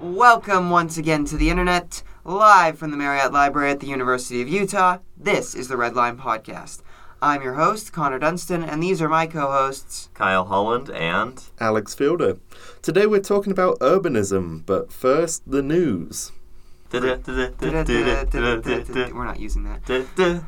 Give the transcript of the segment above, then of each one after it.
Welcome once again to the internet, live from the Marriott Library at the University of Utah. This is the Red Line Podcast. I'm your host, Connor Dunstan, and these are my co hosts. Kyle Holland and Alex Fielder. Today we're talking about urbanism, but first the news. We're We're not not using that.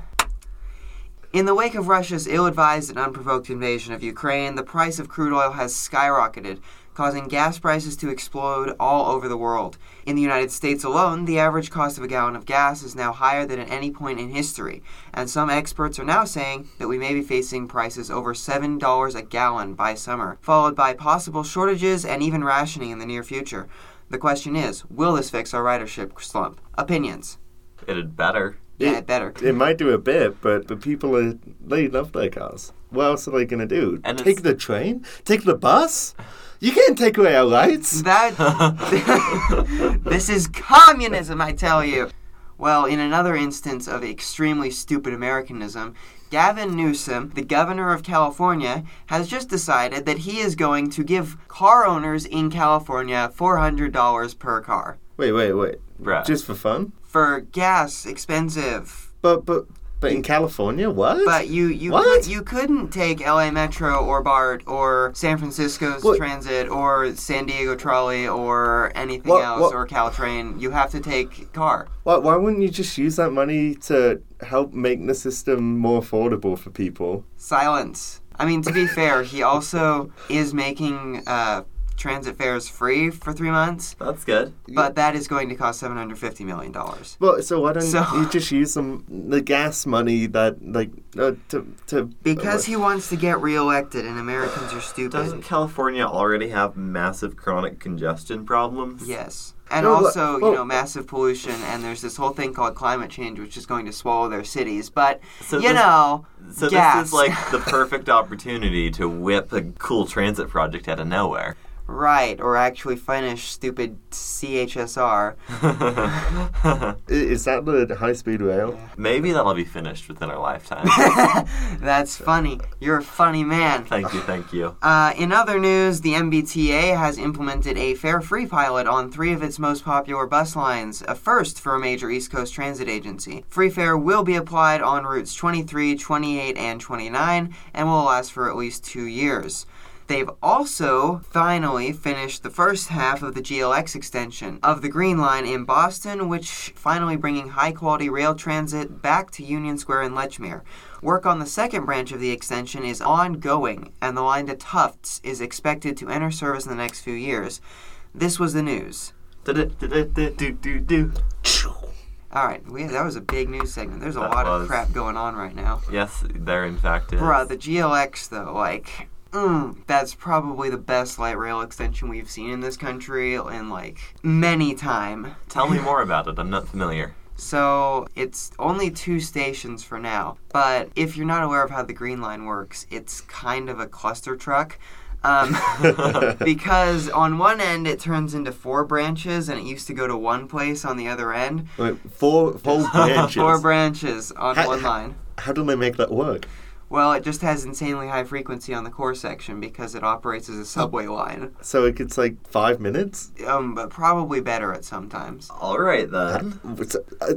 In the wake of Russia's ill advised and unprovoked invasion of Ukraine, the price of crude oil has skyrocketed, causing gas prices to explode all over the world. In the United States alone, the average cost of a gallon of gas is now higher than at any point in history, and some experts are now saying that we may be facing prices over $7 a gallon by summer, followed by possible shortages and even rationing in the near future. The question is, will this fix our ridership slump? Opinions. It'd better. Yeah, better. It might do a bit, but but people are they love their cars. What else are they gonna do? And take it's- the train? Take the bus? You can't take away our rights. That this is communism, I tell you. Well, in another instance of extremely stupid Americanism, Gavin Newsom, the governor of California, has just decided that he is going to give car owners in California $400 per car. Wait, wait, wait. Bruh. Just for fun? For gas, expensive. But but but in California, what? But you you What? Could, you couldn't take LA Metro or BART or San Francisco's What? transit or San Diego trolley or anything What- else what- or Caltrain. You have to take car. why, why wouldn't you just use that money to help make the system more affordable for people? Silence. I mean, to be fair, he also is making uh, transit fares free for three months, That's good. but that is going to cost seven hundred fifty million dollars. Well, so why don't So- you just use some the gas money that like uh, to to Because he wants to get reelected, and Americans are Doesn't stupid. California already have massive chronic congestion problems? Yes. And No, but- also, you well- know, massive pollution, and there's this whole thing called climate change, which is going to swallow their cities. But, So you this- know, So this gas. is like the perfect opportunity to whip a cool transit project out of nowhere. right, or actually finish stupid CHSR. I- Is that the high speed rail? Maybe that'll be finished within our lifetime. That's funny. You're a funny man. thank you, thank you. Uh, in other news, the MBTA has implemented a fare free pilot on three of its most popular bus lines, a first for a major East Coast transit agency. Free fare will be applied on routes 23, 28, and 29 and will last for at least two years. They've also finally finished the first half of the GLX extension of the Green Line in Boston, which finally bringing high quality rail transit back to Union Square and Lechmere. Work on the second branch of the extension is ongoing, and the line to Tufts is expected to enter service in the next few years. This was the news. Du-du-du-du-du-du-du. All right, we, that was a big news segment. There's a That lot of was. crap going on right now. Yes, there in fact is. Bruh, the GLX though, like, mm, that's probably the best light rail extension we've seen in this country in like many time. Tell me more about it. I'm not familiar. So it's only two stations for now. But if you're not aware of how the Green Line works, it's kind of a cluster truck. Um, because on one end it turns into four branches and it used to go to one place on the other end. Wait, four four branches. Four branches on Ha- one ha- line. How do they make that work? Well, it just has insanely high frequency on the core section because it operates as a subway line. So it gets like five minutes. um, but probably better at sometimes. All right then. So, uh,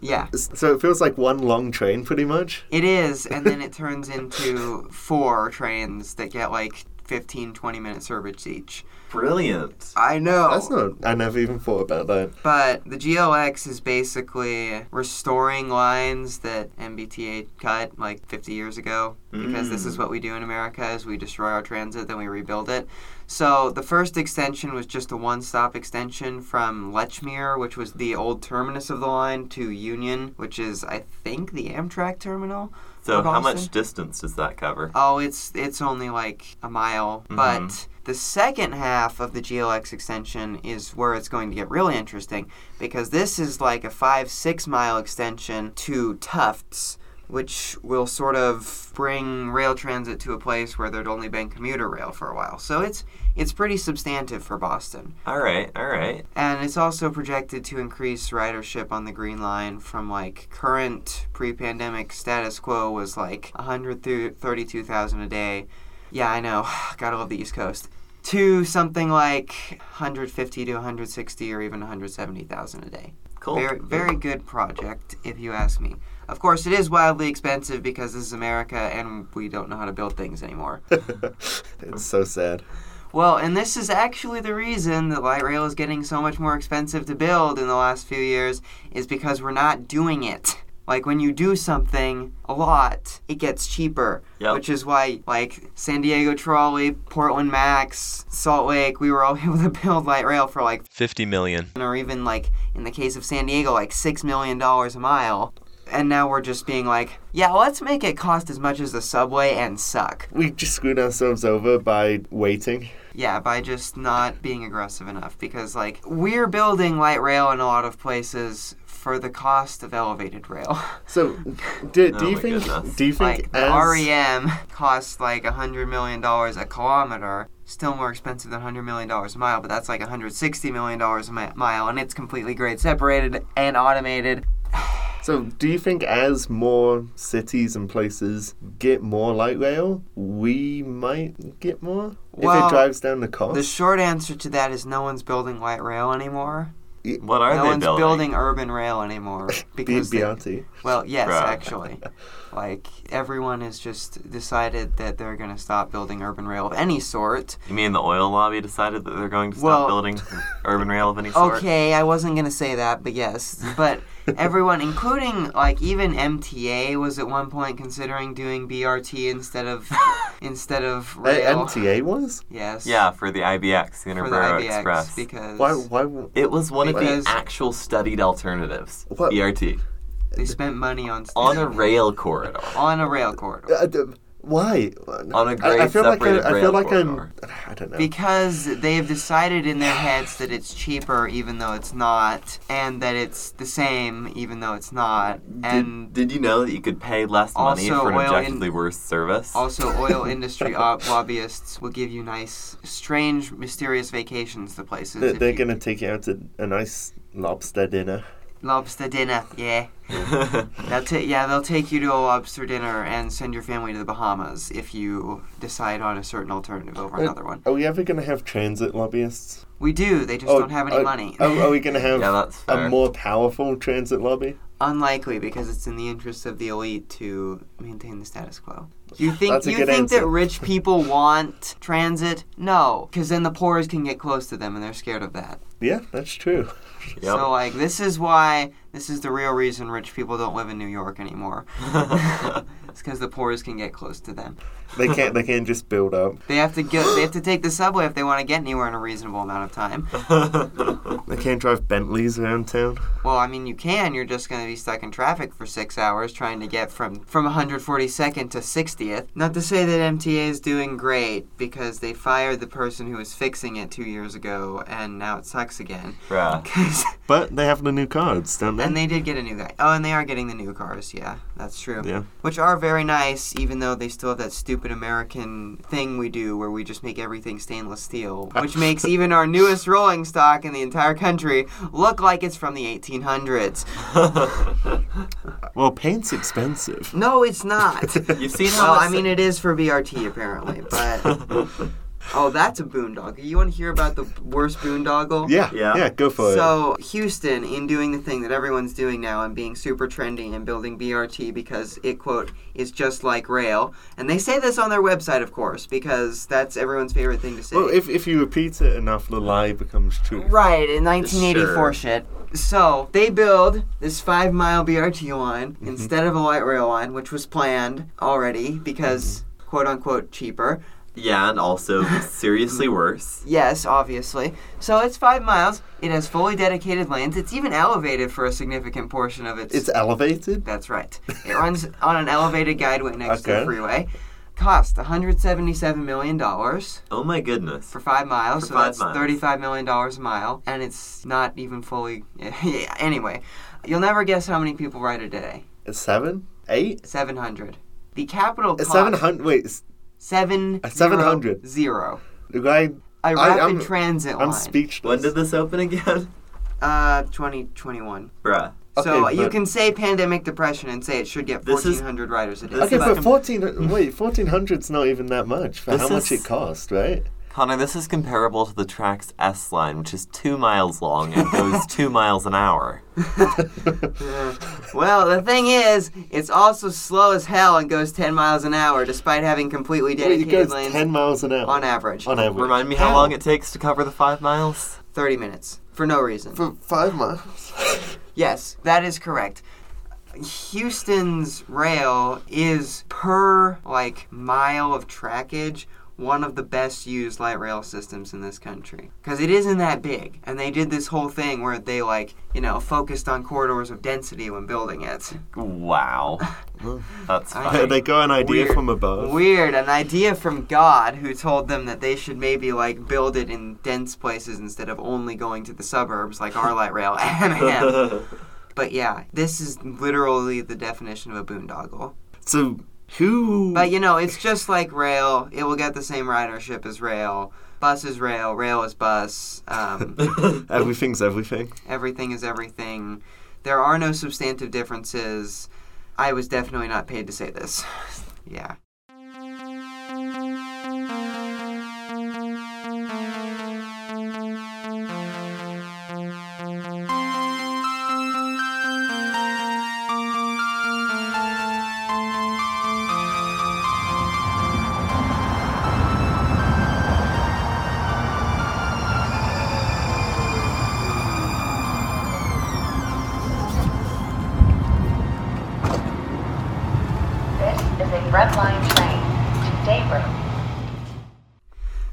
Yeah, so it feels like one long train, pretty much. it is, and then it turns into four trains that get like 15, 20 minute service each. Brilliant. I know. That's not. I never even thought about that. but the GLX is basically restoring lines that MBTA cut like 50 years ago because this Mm. is what we do in America is we destroy our transit then we rebuild it. So the first extension was just a one-stop extension from Lechmere, which was the old terminus of the line, to Union, which is I think the Amtrak terminal. So for how Boston. much distance does that cover? Oh, it's it's only like a mile, but the second half of the GLX extension is where it's going to get really interesting because this is like a 5-6 mile extension to Tufts, which will sort of bring rail transit to a place where there'd only been commuter rail for a while. So it's it's pretty substantive for Boston. All right, all right. And it's also projected to increase ridership on the Green Line from like current pre pandemic status quo was like 132,000 a day. Yeah, I know. Gotta love the East Coast. to something like 150 to 160 or even 170,000 a day. Cool. Very, very good project, if you ask me. Of course, it is wildly expensive because this is America and we don't know how to build things anymore. it's so sad. well, and this is actually the reason that light rail is getting so much more expensive to build in the last few years, is because we're not doing it. Like when you do something a lot, it gets cheaper, Yep. which is why like San Diego Trolley, Portland Max, Salt Lake, we were all able to build light rail for like 50 million. or even like in the case of San Diego, like six million dollars a mile. And now we're just being like, yeah, let's make it cost as much as the subway and suck. We just screwed ourselves over by waiting. Yeah, by just not being aggressive enough because like we're building light rail in a lot of places for the cost of elevated rail. So, do, do Oh you my think? goodness. E Do you think like the as REM costs like hundred million dollars a kilometer. Still more expensive than hundred million dollars a mile, but that's like hundred sixty million dollars a mi- mile, and it's completely grade separated and automated. so? Do you think as more cities and places get more light rail, we might get more if Well, it drives down the cost? The short answer to that is no one's building light rail anymore. What are no they one's building? urban rail anymore Be- because they- Beati. well, yes, Bruh. actually, like everyone has just decided that they're going to stop building urban rail of any sort. You mean the oil lobby decided that they're going to stop Well- building urban rail of any sort? Okay, I wasn't going to say that, but yes, but everyone, including like even MTA, was at one point considering doing BRT instead of instead of Uh, rail. MTA was. Yes. Yeah, for the IBX, the Inner For the Borough IBX Express. because Why? Why? w- It was one of Because- the actual studied alternatives. What- BRT they spent money on on a rail corridor. on a rail corridor. uh, d- Why? On a I, I grade feel like I, separated I feel rail like corridor. I'm. I don't know. Because they've decided in their heads that it's cheaper even though it's not, and that it's the same even though it's not, and Did, did you know that you could pay less money Also, for an oil in- objectively worse service? also oil industry ob- lobbyists will give you nice, strange, mysterious vacations to places. They're, if they're you- gonna take you out to a nice lobster dinner. lobster dinner, yeah. They'll ta- yeah, they'll take you to a lobster dinner and send your family to the Bahamas if you decide on a certain alternative over another one. Are we ever gonna have transit lobbyists? Oh, We do. They just don't have any are- money. Are, are we gonna have Yeah, that's a fair. more powerful transit lobby? Unlikely because it's in the interest of the elite to maintain the status quo. You think That's a you good think that answer. rich people want transit? No, because then the poor's can get close to them and they're scared of that. Yeah, that's true. Yep. So like this is why this is the real reason rich people don't live in New York anymore. it's because the poor's can get close to them. They can't. They can't just build up. They have to go. They have to take the subway if they want to get anywhere in a reasonable amount of time. uh, They can't drive Bentleys around town. Well, I mean, you can. You're just going to be stuck in traffic for six hours trying to get from from 142nd to 60th. Not to say that MTA is doing great because they fired the person who was fixing it two years ago, and now it sucks again. Bruh. 'Cause- But they have the new cards, don't they? and they did get a new guy. Oh, and they are getting the new cars. Yeah, that's true. Yeah. Which are very nice, even though they still have that stupid American thing we do where we just make everything stainless steel, which makes even our newest rolling stock in the entire country look like it's from the 1800s. Well, paint's expensive. No, it's not. You've seen how well, much I mean, it is for BRT apparently, but oh, that's a boondoggle. You want to hear about the worst boondoggle? Yeah, yeah, Yeah. Go for So Houston, in doing the thing that everyone's doing now and being super trendy and building BRT because it quote is just like rail, and they say this on their website, of course, because that's everyone's favorite thing to say. it. Well, if if you repeat it enough, the lie becomes true. Right, in 1984 Sure. shit. So they build this five mile BRT line Mm-hmm. instead of a light rail line, which was planned already because Mm-hmm. quote unquote cheaper. yeah, and also seriously worse. Yes, obviously. So it's five miles. It has fully dedicated lanes. It's even elevated for a significant portion of its. It's elevated. That's right. It runs on an elevated guideway next to Okay. the freeway. Cost 177 million dollars Oh my goodness. for five miles, For so five that's miles. 35 million dollars a mile, and it's not even fully. yeah, anyway, you'll never guess how many people ride a day. It's seven, eight, 700. The capital It's cost. seven hundred. Wait, it's- Seven. Uh, 700. Zero. the guy. A I- rapid I'm- transit I'm line. When speechless. did this open again? uh, 2021. Bruh. so Okay, you but- can say pandemic depression and say it should get This is- 1,400 riders a day. this Okay, is but uh, com- fourteen. Wait, fourteen hundred's not even that much for This how much is- it cost, right? Connor, this is comparable to the track's S line, which is two miles long and goes two miles an hour. Well, the thing is, it's also slow as hell and goes 10 miles an hour, despite having completely Wait, it dedicated goes lanes 10 miles an hour. on average. On average. Remind me how long it takes to cover the five miles? 30 minutes. For no reason. For five miles. Yes, that is correct. Houston's rail is per like mile of trackage one of the best used light rail systems in this country because it isn't that big and they did this whole thing where they like you know focused on corridors of density when building it Wow. That's I- funny. they got an idea Weird. from above. weird an idea from god who told them that they should maybe like build it in dense places instead of only going to the suburbs like our light rail but yeah this is literally the definition of a boondoggle so, who. But you know, it's just like rail. It will get the same ridership as rail. Bus is rail. Rail is bus. Um, Everything's everything. everything is everything. There are no substantive differences. I was definitely not paid to say this. yeah. This is a red line train to Daybrook.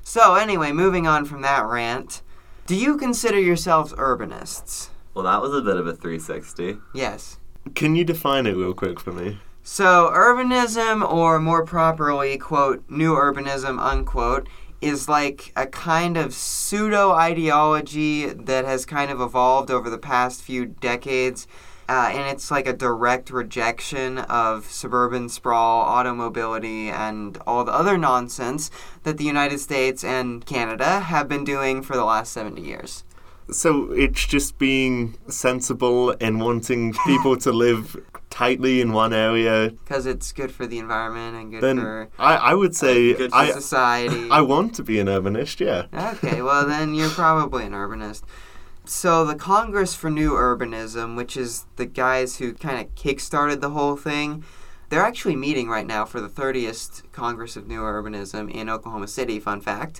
So anyway, moving on from that rant. Do you consider yourselves urbanists? well, that was a bit of a 360. Yes. Can you define it real quick for me? So, urbanism, or more properly, quote, new urbanism, unquote, is like a kind of pseudo ideology that has kind of evolved over the past few decades. Uh, and it's like a direct rejection of suburban sprawl, automobility, and all the other nonsense that the United States and Canada have been doing for the last 70 years. So it's just being sensible and wanting people to live tightly in one area. Because it's good for the environment and good Then for I, I would say Good for I, society. I want to be an urbanist, yeah. Okay, well, then you're probably an urbanist. So, the Congress for New Urbanism, which is the guys who kind of kickstarted the whole thing, they're actually meeting right now for the 30th Congress of New Urbanism in Oklahoma City, fun fact.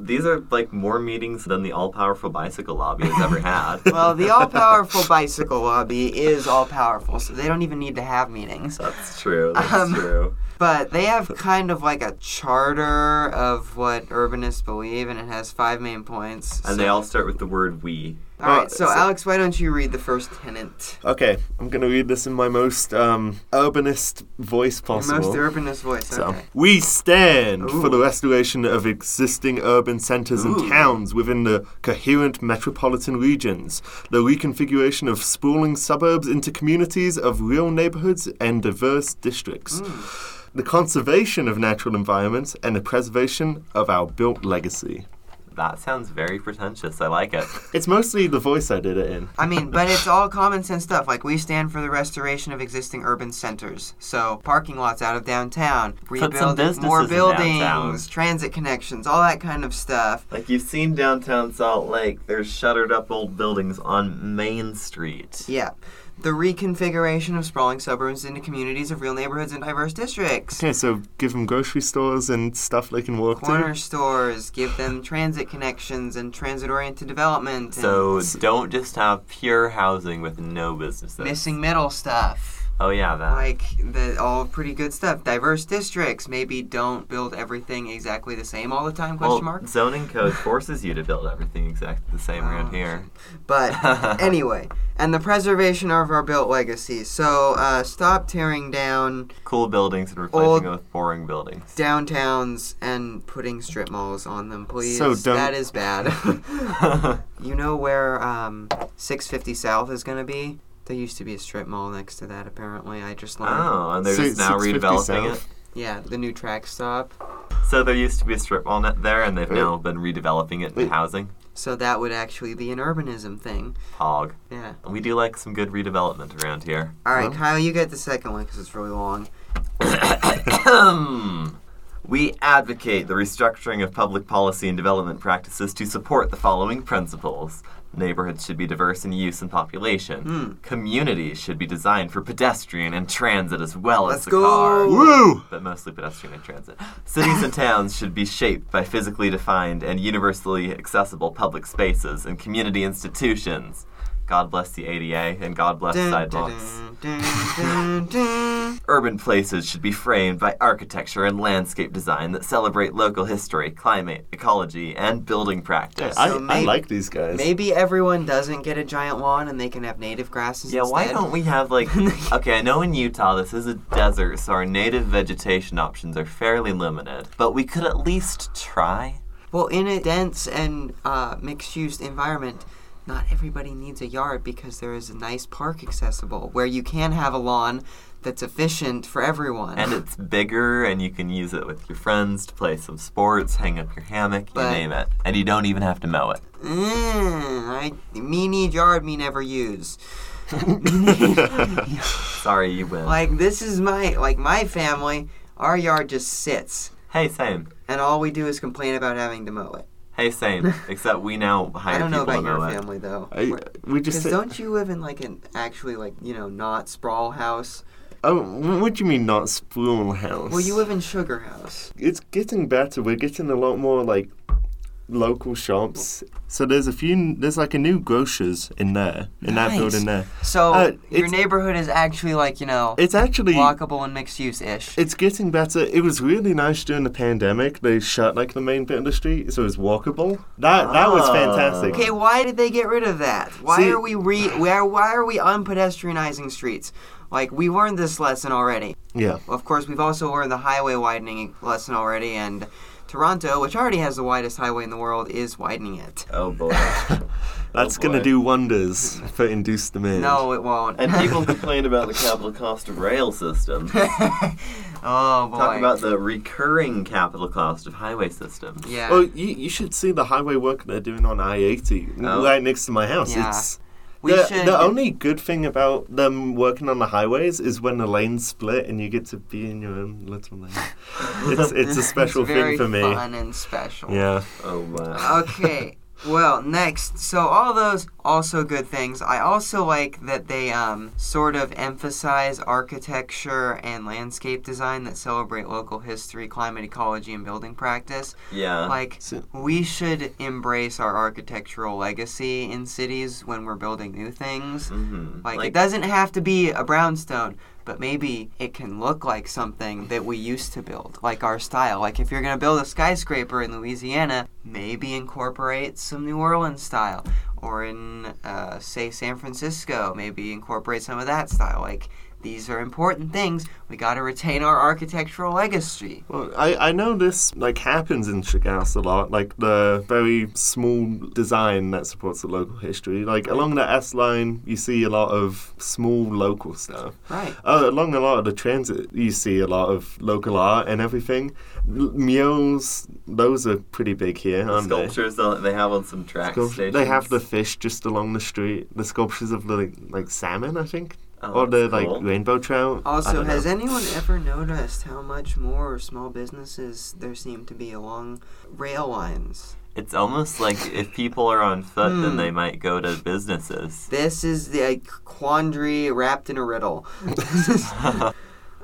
These are like more meetings than the all powerful bicycle lobby has ever had. Well, the all powerful bicycle lobby is all powerful, so they don't even need to have meetings. that's true. That's Um, true. But they have kind of like a charter of what urbanists believe, and it has five main points. And they all start with the word we. all right, so Uh, so- Alex, why don't you read the first tenant? Okay, I'm going to read this in my most um, urbanist voice Your possible. most urbanist voice. So, Okay. we stand Ooh. for the restoration of existing urban centers and Ooh. towns within the coherent metropolitan regions, the reconfiguration of sprawling suburbs into communities of real neighborhoods and diverse districts, Mm. the conservation of natural environments, and the preservation of our built legacy. That sounds very pretentious. I like it. It's mostly the voice I did it in. I mean, but it's all common sense stuff. Like we stand for the restoration of existing urban centers, so parking lots out of downtown, some rebuild more businesses in buildings, downtown. transit connections, all that kind of stuff. Like you've seen downtown Salt Lake, there's shuttered up old buildings on Main Street. Yeah, the reconfiguration of sprawling suburbs into communities of real neighborhoods and diverse districts. Okay, so give them grocery stores and stuff they can walk Corner to. stores give them transit connections and transit-oriented development. And So don't just have pure housing with no businesses. missing middle stuff. Oh yeah, that. like the all pretty good stuff diverse districts maybe don't build everything exactly the same all the time well, question mark zoning code forces you to build everything exactly the same Oh, around here. but anyway and the preservation of our built legacy so uh, stop tearing down Cool buildings and replacing Old- them with boring buildings. downtowns and putting strip malls on them please So don't- that is bad Oh, you know where um, 650 south is going to be there used to be a strip mall next to that apparently i just learned Oh, and they're So just now 650 redeveloping South. it. yeah the new track stop So there used to be a strip mall net there, and they've Wait. now been redeveloping it Wait. to housing. so that would actually be an urbanism thing Hog. yeah We do like some good redevelopment around here. All right, Well- Kyle, you get the second one because it's really long. We advocate the restructuring of public policy and development practices to support the following principles. Neighborhoods should be diverse in use and population. Hmm. Communities should be designed for pedestrian and transit as well as Let's the go. car Woo! but mostly pedestrian and transit. Cities and towns should be shaped by physically defined and universally accessible public spaces and community institutions. God bless the ADA and God bless sidewalks. Urban places should be framed by architecture and landscape design that celebrate local history, climate, ecology, and building practice. I, So I may- like these guys. Maybe everyone doesn't get a giant lawn and they can have native grasses Yeah, why instead. don't we have like okay, I know in Utah this is a desert, so our native vegetation options are fairly limited, but we could at least try. Well, in a dense and uh, mixed-use environment, not everybody needs a yard because there is a nice park accessible where you can have a lawn that's efficient for everyone. And it's bigger and you can use it with your friends to play some sports, hang up your hammock, you But- name it. And you don't even have to mow it. Mm, I, me need yard, me never use. Sorry you win. Like this is my like my family. Our yard just sits, hey same. and all we do is complain about having to mow it. Hey same. Except we now hire I don't know people about to mow your it. family though. I, we just Because said, don't you live in like an actually like you know not sprawl house? oh, what do you mean not spoon house? Well, you live in Sugar House. it's getting better. We're getting a lot more like local shops. So there's a few. There's like a new grocers in there in that Nice. building there. So Uh, your it's- neighborhood is actually like you know It's actually walkable and mixed use ish. it's getting better. It was really nice during the pandemic. They shut like the main bit of the street, so it was walkable. That that was Ah. fantastic. Okay, why did they get rid of that? Why See- are we re why why are we unpedestrianizing streets? Like we learned this lesson already. Yeah. Of course, we've also learned the highway widening lesson already, and Toronto, which already has the widest highway in the world, is widening it. Oh boy. That's Oh, gonna boy. do wonders for induced demand. No, it won't. And people complain about the capital cost of rail system. oh boy. Talk about the recurring capital cost of highway systems. yeah. Oh, you, you should see the highway work they're doing on I eighty Oh. right next to my house. Yeah. It's we the, should. the only good thing about them working on the highways is when the lanes split and you get to be in your own little lane. it's it's a special it's very thing for me. Fun and special. Yeah. Oh Uh, wow. okay. Well, next. So all those also good things. I also like that they um, sort of emphasize architecture and landscape design that celebrate local history, climate, ecology, and building practice. Yeah. Like So- we should embrace our architectural legacy in cities when we're building new Mm-hmm. things. Mhm. Like, it doesn't have to be a brownstone, but maybe it can look like something that we used to build, like our style. Like if you're gonna build a skyscraper in Louisiana, maybe incorporate some New Orleans style, or in uh, say San Francisco, maybe incorporate some of that style. Like these are important things. We gotta retain our architectural legacy. Well, I, I know this like happens in Chigas a lot, like the very small design that supports the local history. Like along the S line, you see a lot of small local stuff. Right. Uh, along a lot of the transit, you see a lot of local art and everything. L- mules, those are pretty big here, aren't they? sculptures that they have on some track Sculpt- stations. They have the fish just along the street. The sculptures of the like, like salmon, I think, Oh, or the that's cool. like rainbow trout. I Also, don't has know. anyone ever noticed how much more small businesses there seem to be along rail lines? It's almost like if people are on foot, Hmm. then they might go to businesses. This is the like, quandary wrapped in a riddle.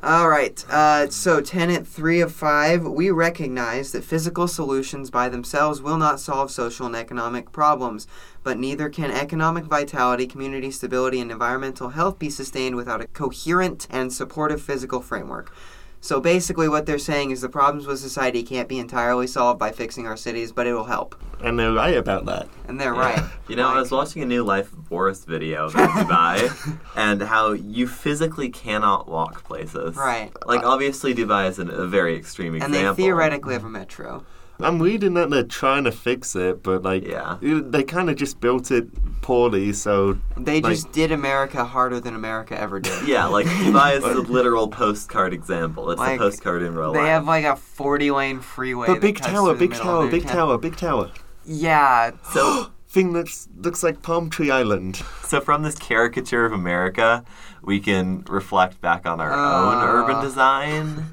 All right. Uh, so, tenant three of five, we recognize that physical solutions by themselves will not solve social and economic problems, but neither can economic vitality, community stability, and environmental health be sustained without a coherent and supportive physical framework. So basically, what they're saying is the problems with society can't be entirely solved by fixing our cities, but it will help. And they're right about that. And they're right. You know, I was watching a new Life of Boris video about Dubai and how you physically cannot walk places. Right. Like, obviously, Dubai is an, a very extreme and example. they theoretically have a metro. I'm reading that they're trying to fix it, but like, Yeah. it- they kind of just built it poorly. So They Like- just did America harder than America ever did. Yeah, like, Dubai is a literal postcard example. It's Like, a postcard in real They life. have like a 40 lane freeway. but that big cuts tower, through the big middle tower, of their big town. tower, big tower. Yeah. so, Thing that looks like Palm Tree Island. so, from this caricature of America, we can reflect back on our Ah. own urban design.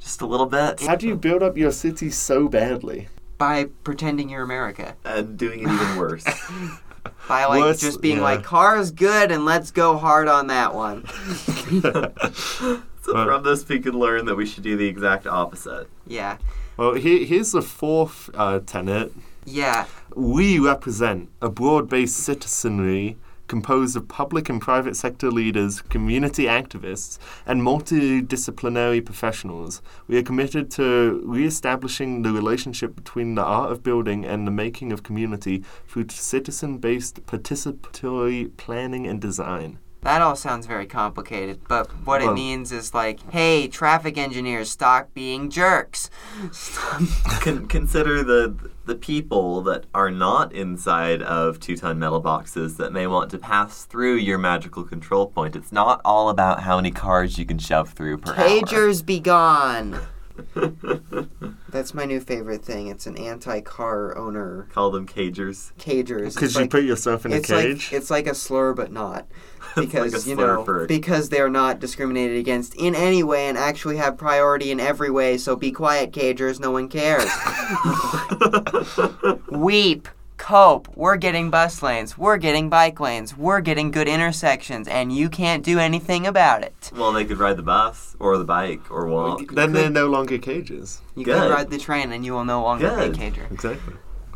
just a little bit How do you build up your city so badly? by pretending you're America. and doing it even worse. By like Worse- just being yeah. like, car's good and let's go hard on that one. so from this, we can learn that we should do the exact opposite. Yeah. Well, here, here's the fourth uh, tenet Yeah. We represent a broad based citizenry composed of public and private sector leaders, community activists, and multidisciplinary professionals. We are committed to re establishing the relationship between the art of building and the making of community through citizen based participatory planning and design. That all sounds very complicated, but what it Well- means is like, hey, traffic engineers, stop being jerks. Con- consider the the people that are not inside of two ton metal boxes that may want to pass through your magical control point. It's not all about how many cars you can shove through per hour. Pagers be gone. That's my new favorite thing. It's an anti-car owner. Call them cagers. Cagers. It's Because you like- put yourself in a it's Like, cage. it's like a slur, but not. like Because a you slur know, for- because they are not discriminated against in any way, and actually have priority in every way. So be quiet, cagers. No one cares. Weep, cope. We're getting bus lanes. We're getting bike lanes. We're getting good intersections, and you can't do anything about it. Well, they could ride the bus or the bike or walk. then they're no longer cages. You Good. can ride the train, and you will no longer be Good. a cager. Exactly.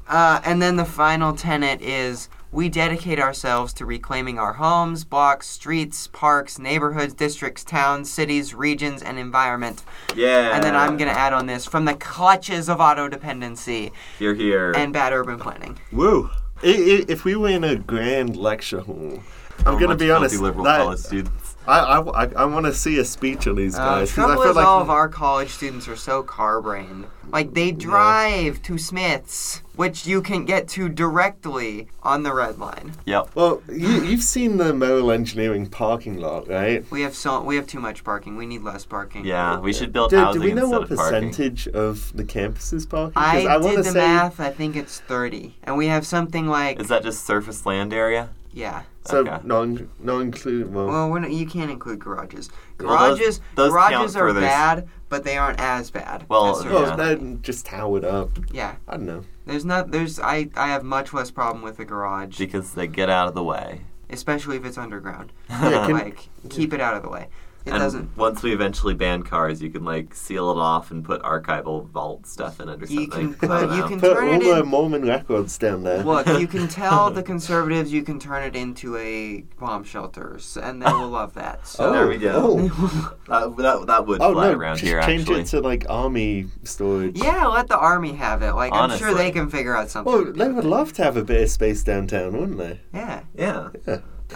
Uh, and then the final tenet is we dedicate ourselves to reclaiming our homes, blocks, streets, parks, neighborhoods, districts, towns, cities, regions, and environment. Yeah. And then I'm going to add on this from the clutches of auto dependency You're here. and bad urban planning. Woo. I- I- If we were in a grand lecture hall, I'm How going to much be honest. filthy liberal that- college students. I, I, want to see a speech of these Uh, guys. 'cause I trouble feel is, like all of our college students are so car brained. Like, they drive to Smith's, which you can get to directly on the red line. Yep. Well, you, you've seen the Merrill Engineering parking lot, right? We have so we have too much parking. We need less parking. Yeah, we should build Do, do housing we know instead what of parking. percentage of the campus is parking? 'Cause I, wanna did the math. I think it's thirty, and we have something like Is that just surface land area? yeah. So Okay. non, non include. Well, Well, we're not, you can't include garages. Well, those- Garages, those count garages for are those- bad, but they aren't as bad. Well, as surface well yeah. parking. then just towered up. yeah. I don't know. There's not. There's I. I have much less problem with a garage, Because they get out of the way. especially if it's underground. Yeah, can- like keep it out of the way. It Uh-huh. and doesn't. once we eventually ban cars, you can like seal it off and put archival vault stuff in it or You something. can I put. don't You know. can Put turn all it the in. Mormon records down there. Look, you can tell the conservatives you can turn it into a bomb shelter, s- and they will love that. So. Oh, there we go. Oh, That, Uh, that, that would oh, fly no. around just here change actually. it to like army storage. Yeah, let the army have it. Like I'm sure Honestly. they can figure out something. Well, to do they with would it. love to have a bit of space downtown, wouldn't they? Yeah. yeah.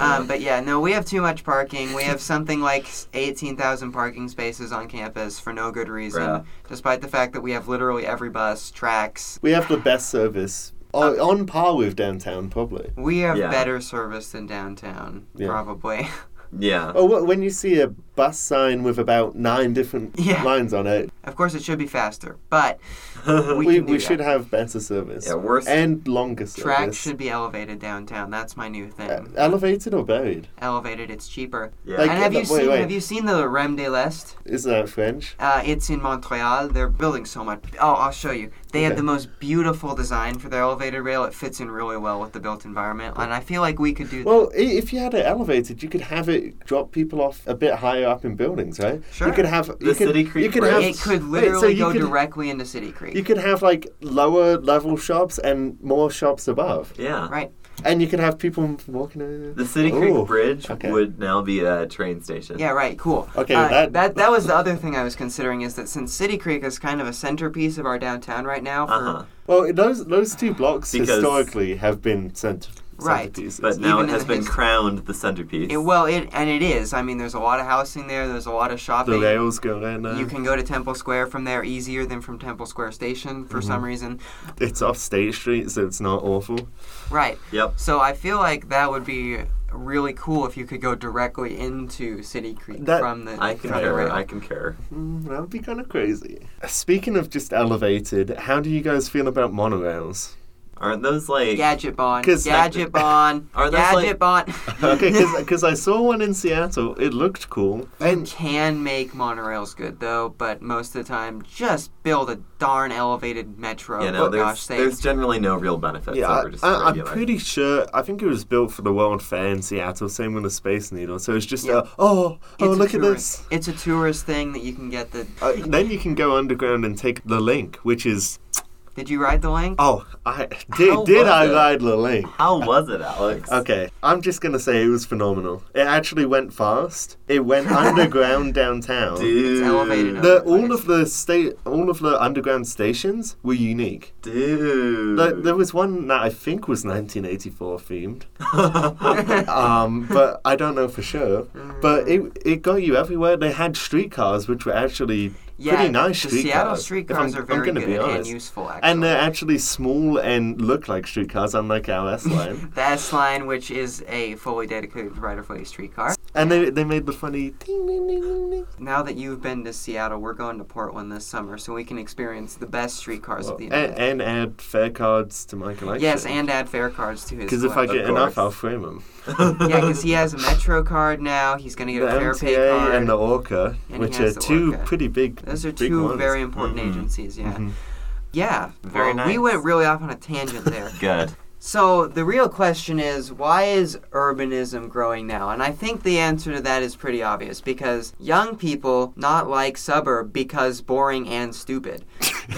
Um, but yeah, no, we have too much parking. We have something like 18,000 parking spaces on campus for no good reason, Yeah. despite the fact that we have literally every bus, tracks. We have the best service. Oh, Uh, on par with downtown, probably. We have Yeah. better service than downtown, Yeah. probably. Yeah. Oh, wh- when you see a bus sign with about nine different Yeah. lines on it, of course, it should be faster, but we, we, can do we should that. have better service. Yeah, worse- And longer Tracks service. should be elevated downtown. That's my new thing. Uh, elevated or buried? elevated, it's cheaper. Yeah. Like- And have you wait, seen wait. have you seen the Rem de l'Est? Is that French? Uh, it's in Montreal. They're building so much. Oh, I'll show you. They have Okay. the most beautiful design for their elevator rail. It fits in really well with the built environment, and I feel like we could do. Well, i- if you had it elevated, you could have it drop people off a bit higher up in buildings, right? Sure. You could have you could, City you Creek could Bridge. have it could wait, so literally you go could- directly into City Creek. You could have like lower level shops and more shops above, yeah. right. and you could have people walking. over. The City Creek Ooh, Bridge okay. would now be a train station. Yeah, right. Cool. Okay, Uh, that- that that was the other thing I was considering is that since City Creek is kind of a centerpiece of our downtown right now, for Uh-huh. Well, those those two blocks Because- historically have been cent- Right. centerpieces. But now Even in it has the been hist- crowned the centerpiece. it, well, it and it is. I mean, there's a lot of housing there. There's a lot of the shopping. rails go in. Uh, you can go to Temple Square from there easier than from Temple Square Station for Mm-hmm. some reason. It's off State Street, so it's not awful. Right. Yep. So I feel like that would be really cool if you could go directly into City Creek That- from the I from the concur. rail. I concur. Mm, that would be Uh, kind of crazy. Speaking of just elevated, how do you guys feel about monorails? Aren't those like Gadget Bond. 'Cause- Gadget Bond. Are those Gadget like- Bond. okay, because I saw one in Seattle. It looked cool. You can make monorails good though, but most of the time, just build a darn elevated metro. you know, for there's, Oh, gosh sake. there's generally no real benefits Yeah, uh, over just I, a I, I'm regular. pretty sure. I think it was built for the World Fair in Seattle. Same with the Space Needle. So it's just Yeah. a, oh, oh, It's a look at tourist- It's this. a tourist thing that you can get the. Uh, then you can go underground and take the link, which is Did you ride the link? oh, I did How did was I it? ride the link? How was it, Alex? Okay, I'm just gonna say it was phenomenal. It actually went fast. It went underground downtown. Dude, elevated up. The, all of the state, all of the underground stations were unique. dude. There, there was one that I think was 1984 themed, um, but I don't know for sure. But Mm. it it got you everywhere. They had streetcars, which were actually Yeah, pretty nice the streetcars. Seattle if streetcars I'm- are I'm very gonna be good and honest. useful, And they're actually small and look like streetcars, unlike our S line. the S line, which is a fully dedicated rider-for-way streetcar. and they they made the funny ding ding ding ding ding. Now that you've been to Seattle, we're going to Portland this summer, so we can experience the best streetcars of the And, United States. and add fare cards to my collection. Yes, and add fare cards to his. because if I collection. get course. enough, I'll frame them. yeah, because he has a Metro card now. He's going to The get a fair pay MTA card. and the Orca, And he which are has the two Orca. pretty big. Those are big two ones. Mm-hmm. very important agencies. Yeah. Yeah. Very well, We nice. went really off on a tangent there. Good. so the real question is, why is urbanism growing now? And I think the answer to that is pretty obvious because young people not like suburb because boring and stupid.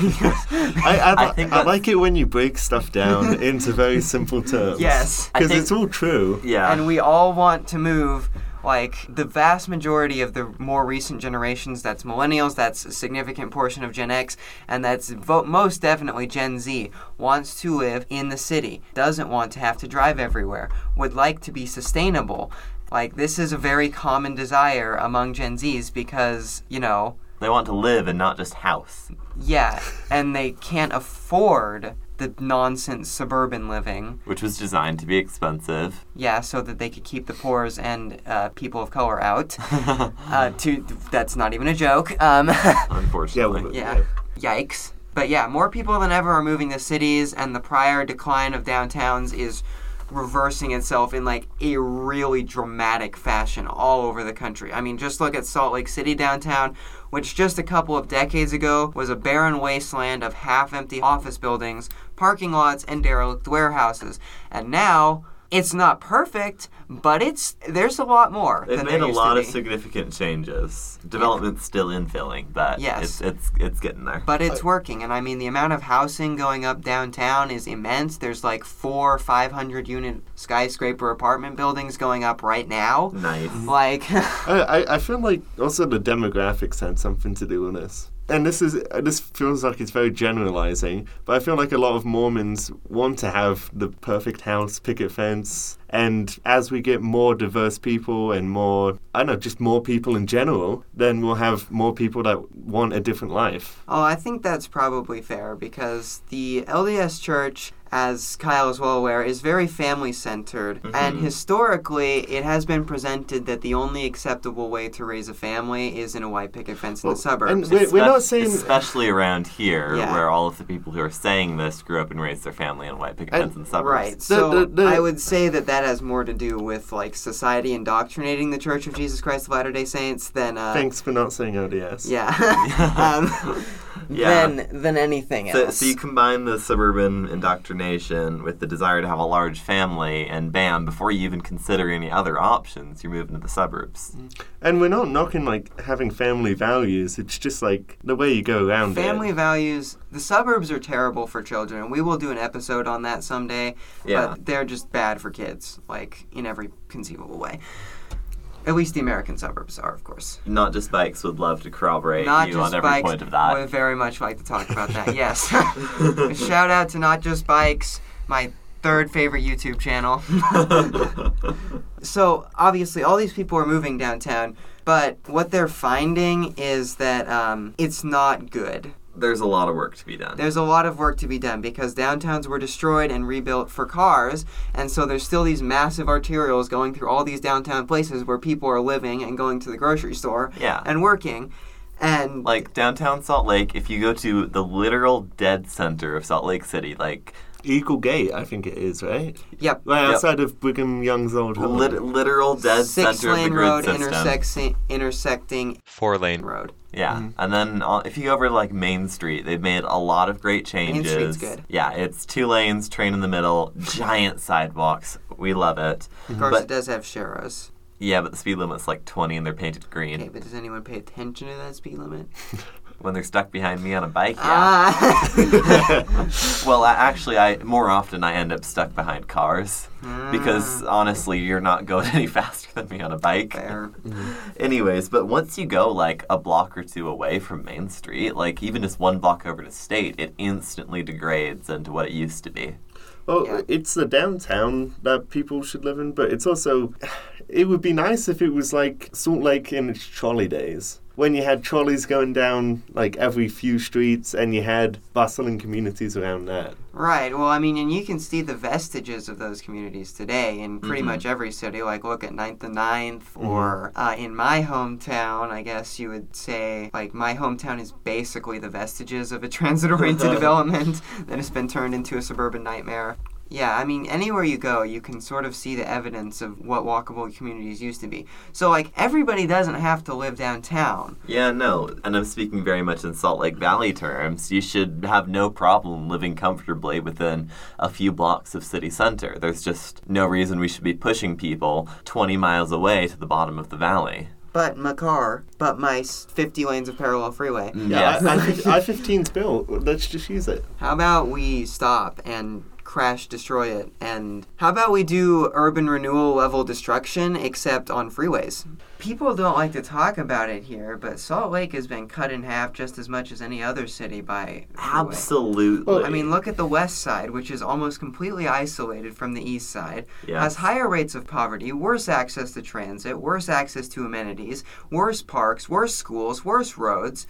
I, I, I think I that's- like it when you break stuff down into very simple terms. Yes. I Because think- it's all true. Yeah. and we all want to move like the vast majority of the more recent generations that's millennials that's a significant portion of gen x and that's vo- most definitely gen z wants to live in the city doesn't want to have to drive everywhere would like to be sustainable like this is a very common desire among gen z's because you know they want to live and not just house. yeah and they can't afford the nonsense suburban living Which was designed to be expensive. yeah, so that they could keep the poors and uh, people of color out. uh, to that's not even a joke. Um, Unfortunately. well, yeah, yikes. But yeah, more people than ever are moving to cities, and the prior decline of downtowns is reversing itself in like a really dramatic fashion all over the country. I mean, just look at Salt Lake City downtown, which just a couple of decades ago was a barren wasteland of half empty office buildings, parking lots, and derelict warehouses. And now, it's not perfect, but it's there's a lot more. They've than made there a used to lot of be. significant changes. Development's still infilling, but Yes. it's, it's it's getting there. But it's working, and I mean the amount of housing going up downtown is immense. There's like four, five hundred unit skyscraper apartment buildings going up right now. nice. Like, oh, I, I, I feel like also the demographics had something to do with this. And this is uh, this feels like it's very generalizing, but I feel like a lot of Mormons want to have the perfect house, picket fence, and as we get more diverse people and more, I don't know, just more people in general, then we'll have more people that want a different life. oh, I think that's probably fair because the LDS Church, as Kyle is well aware, is very family centered, and historically it has been presented that the only acceptable way to raise a family is in a white picket fence in the suburbs. And we're, we're not saying especially around here, Yeah. where all of the people who are saying this grew up and raised their family in white picket fence and suburbs. Right. So the- the- I would say that that has more to do with like society indoctrinating the Church of Jesus Christ of Latter Day Saints than uh, thanks for not saying ODS. yeah, um, Yeah. than than anything So, else. so you combine the suburban indoctrination with the desire to have a large family, and bam, before you even consider any other options, you're moving to the suburbs. Mm. And we're not knocking like having family values. It's just like the way you go around Family it. values. The suburbs are terrible for children, and we will do an episode on that someday. Yeah. But they're just bad for kids, like in every conceivable way. At least the American suburbs are, of course. Not just bikes would love to corroborate Not you Just on every Bikes point of that. would very much like to talk about that. Yes. Shout out to Not Just Bikes, my third favorite YouTube channel. so obviously, all these people are moving downtown, but what they're finding is that um, it's not good. There's a lot of work to be done. There's a lot of work to be done because downtowns were destroyed and rebuilt for cars, and so there's still these massive arterials going through all these downtown places where people are living and going to the grocery store Yeah. and working. And like downtown Salt Lake, if you go to the literal dead center of Salt Lake City, like Eagle Gate, I think it is, right? Yep. Right Yep. outside of Brigham Young's old home. Lit- literal dead Six center of the lane grid road system. intersecting intersecting Four lane. road. Yeah, and then all, if you go over to, like Main Street, they've made a lot of great Street's changes. good. Yeah, it's two lanes, train in the middle, giant sidewalks. We love it. Of Mm-hmm. course, it But does have Sheros. yeah, but the speed limit's like 20, and they're painted green. Okay, but does anyone pay attention to that speed limit? When they're stuck behind me on a bike, yeah. Ah. Well, I, actually, I more often I end up stuck behind cars Ah, because honestly, you're not going any faster than me on a bike. Fair. Anyways, but once you go like a block or two away from Main Street, like even just one block over to State, it instantly degrades into what it used to be. Well, Yeah. it's the downtown that people should live in, but it's also, it would be nice if it was like Salt Lake in its trolley days. When you had trolleys going down like every few streets and you had bustling communities around that. Right. Well, I mean, and you can see the vestiges of those communities today in pretty much every city. Like, look at 9th and 9th, or uh, in my hometown, I guess you would say, like, my hometown is basically the vestiges of a transit oriented development that has been turned into a suburban nightmare. Yeah, I mean, anywhere you go, you can sort of see the evidence of what walkable communities used to be. So, like, everybody doesn't have to live downtown. Yeah, no, and I'm speaking very much in Salt Lake Valley terms. You should have no problem living comfortably within a few blocks of city center. There's just no reason we should be pushing people 20 miles away to the bottom of the valley. But my car, but my s- 50 lanes of parallel freeway. Yes. I, I, I 15's built. Let's just use it. How about we stop and crash destroy it? And how about we do urban renewal level destruction except on freeways? People don't like to talk about it here, but Salt Lake has been cut in half just as much as any other city by freeway. Absolutely. I mean, look at the west side, which is almost completely isolated from the east side, Yes. has higher rates of poverty, worse access to transit, worse access to amenities, worse parks, worse schools, worse roads.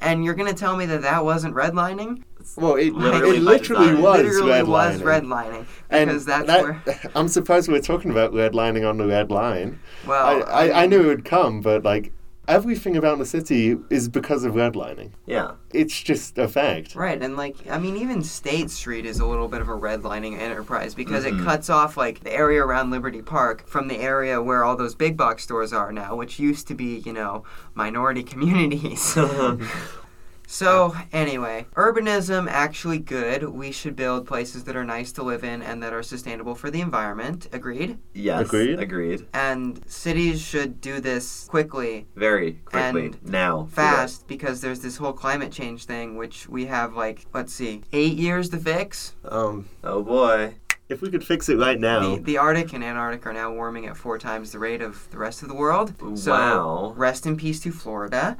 And you're going to tell me that that wasn't redlining? Well, it Literally literally, it by literally design. was literally redlining. was redlining because that's that- where I'm surprised we're talking about redlining on the red line. Well, um, I, I, I I knew it would come, but like everything about the city is because of redlining. yeah. It's just a fact. right and like i mean even state street is a little bit of a redlining enterprise because Mm-hmm. it cuts off like the area around liberty park from the area where all those big box stores are now which used to be you know minority communities Mm-hmm. So, anyway, urbanism actually good. We should build places that are nice to live in and that are sustainable for the environment. Agreed? Yes. Agreed. Agreed. And cities should do this quickly Very quickly. And now. fast because there's this whole climate change thing, which we have like let's see, eight years to fix. Um, Oh boy. if we could fix it right now, Oh. The, the Arctic and Antarctic are now warming at four times the rate of the rest of the world. So Wow. Mm-hmm. rest in peace to Florida.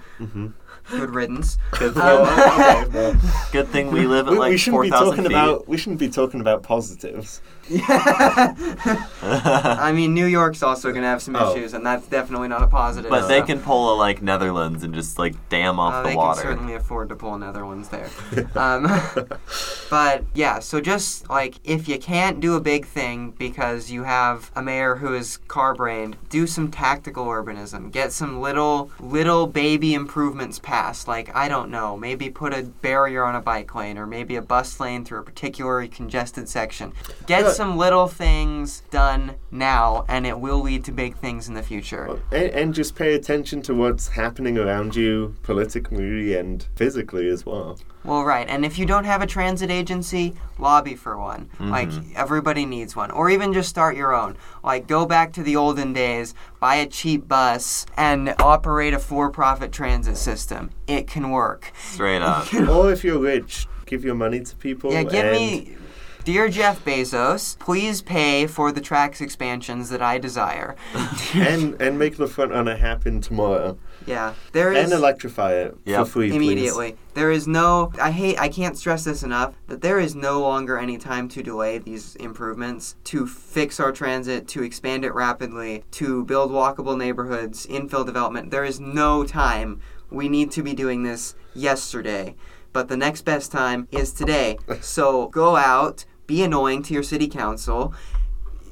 Good riddance. Good, Um, good thing we live at we, we like shouldn't four be thousand talking feet. about we shouldn't be talking about positives. I mean, New York's also going to have some Oh. issues, and that's definitely not a positive. but they so- can pull a like Netherlands and just like dam off Uh, the they water. can certainly afford to pull another one's there. Um, but yeah, so just like if you can't do a big thing because you have a mayor who is car brained, do some tactical urbanism. Get some little little baby improvements passed. Like I don't know, maybe put a barrier on a bike lane or maybe a bus lane through a particularly congested section. Get some little things done now, and it will lead to big things in the future. And, and just pay attention to what's happening around you politically and physically as well. Well, right. And if you don't have a transit agency, lobby for one. Like, everybody needs one. Or even just start your own. Like, go back to the olden days, buy a cheap bus, and operate a for profit transit system. It can work. Straight up. or if you're rich, give your money to people. Yeah, give and me. Dear Jeff Bezos, please pay for the tracks expansions that I desire. and and make the front runner happen tomorrow yeah. There is. and electrify it Yep. for free please. immediately. There is no I hate I can't stress this enough that there is no longer any time to delay these improvements to fix our transit, to expand it rapidly, to build walkable neighborhoods, infill development. There is no time. We need to be doing this yesterday. But the next best time is today. So go out, be annoying to your city council,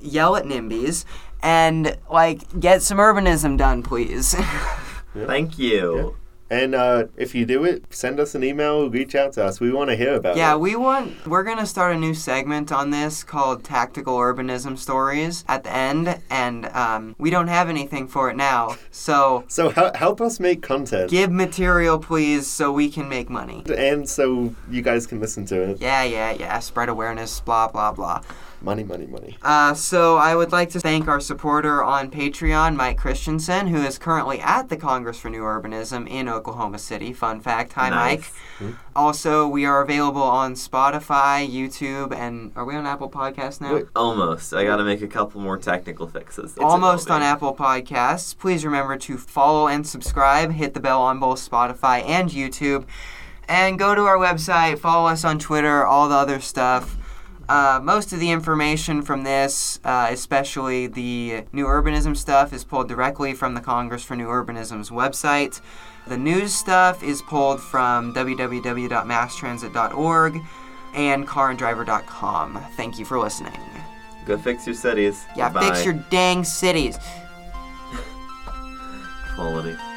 yell at NIMBYs, and like get some urbanism done, please. Thank you. And uh, if you do it, send us an email, reach out to us. We want to hear about Yeah, it. we want we're gonna start a new segment on this called Tactical Urbanism Stories at the end, and um, we don't have anything for it now. So So hel- help us make content. give material, please, so we can make money. And so you guys can listen to it. Yeah, yeah, yeah. Spread awareness. Blah blah blah. Money, money, money. Uh, so I would like to thank our supporter on Patreon, Mike Christensen, who is currently at the Congress for New Urbanism in Oklahoma City. Fun fact. Hi, Nice. Mike. Also, we are available on Spotify, YouTube, and are we on Apple Podcasts now? Wait, Almost. I gotta make a couple more technical fixes. It's Almost on evolving. Apple Podcasts. Please remember to follow and subscribe. Hit the bell on both Spotify and YouTube. And go to our website, follow us on Twitter, all the other stuff. Uh, most of the information from this, uh, especially the New Urbanism stuff, is pulled directly from the Congress for New Urbanism's website. The news stuff is pulled from www.masstransit.org and caranddriver.com. Thank you for listening. Go fix your cities. Yeah, Goodbye. fix your dang cities. quality.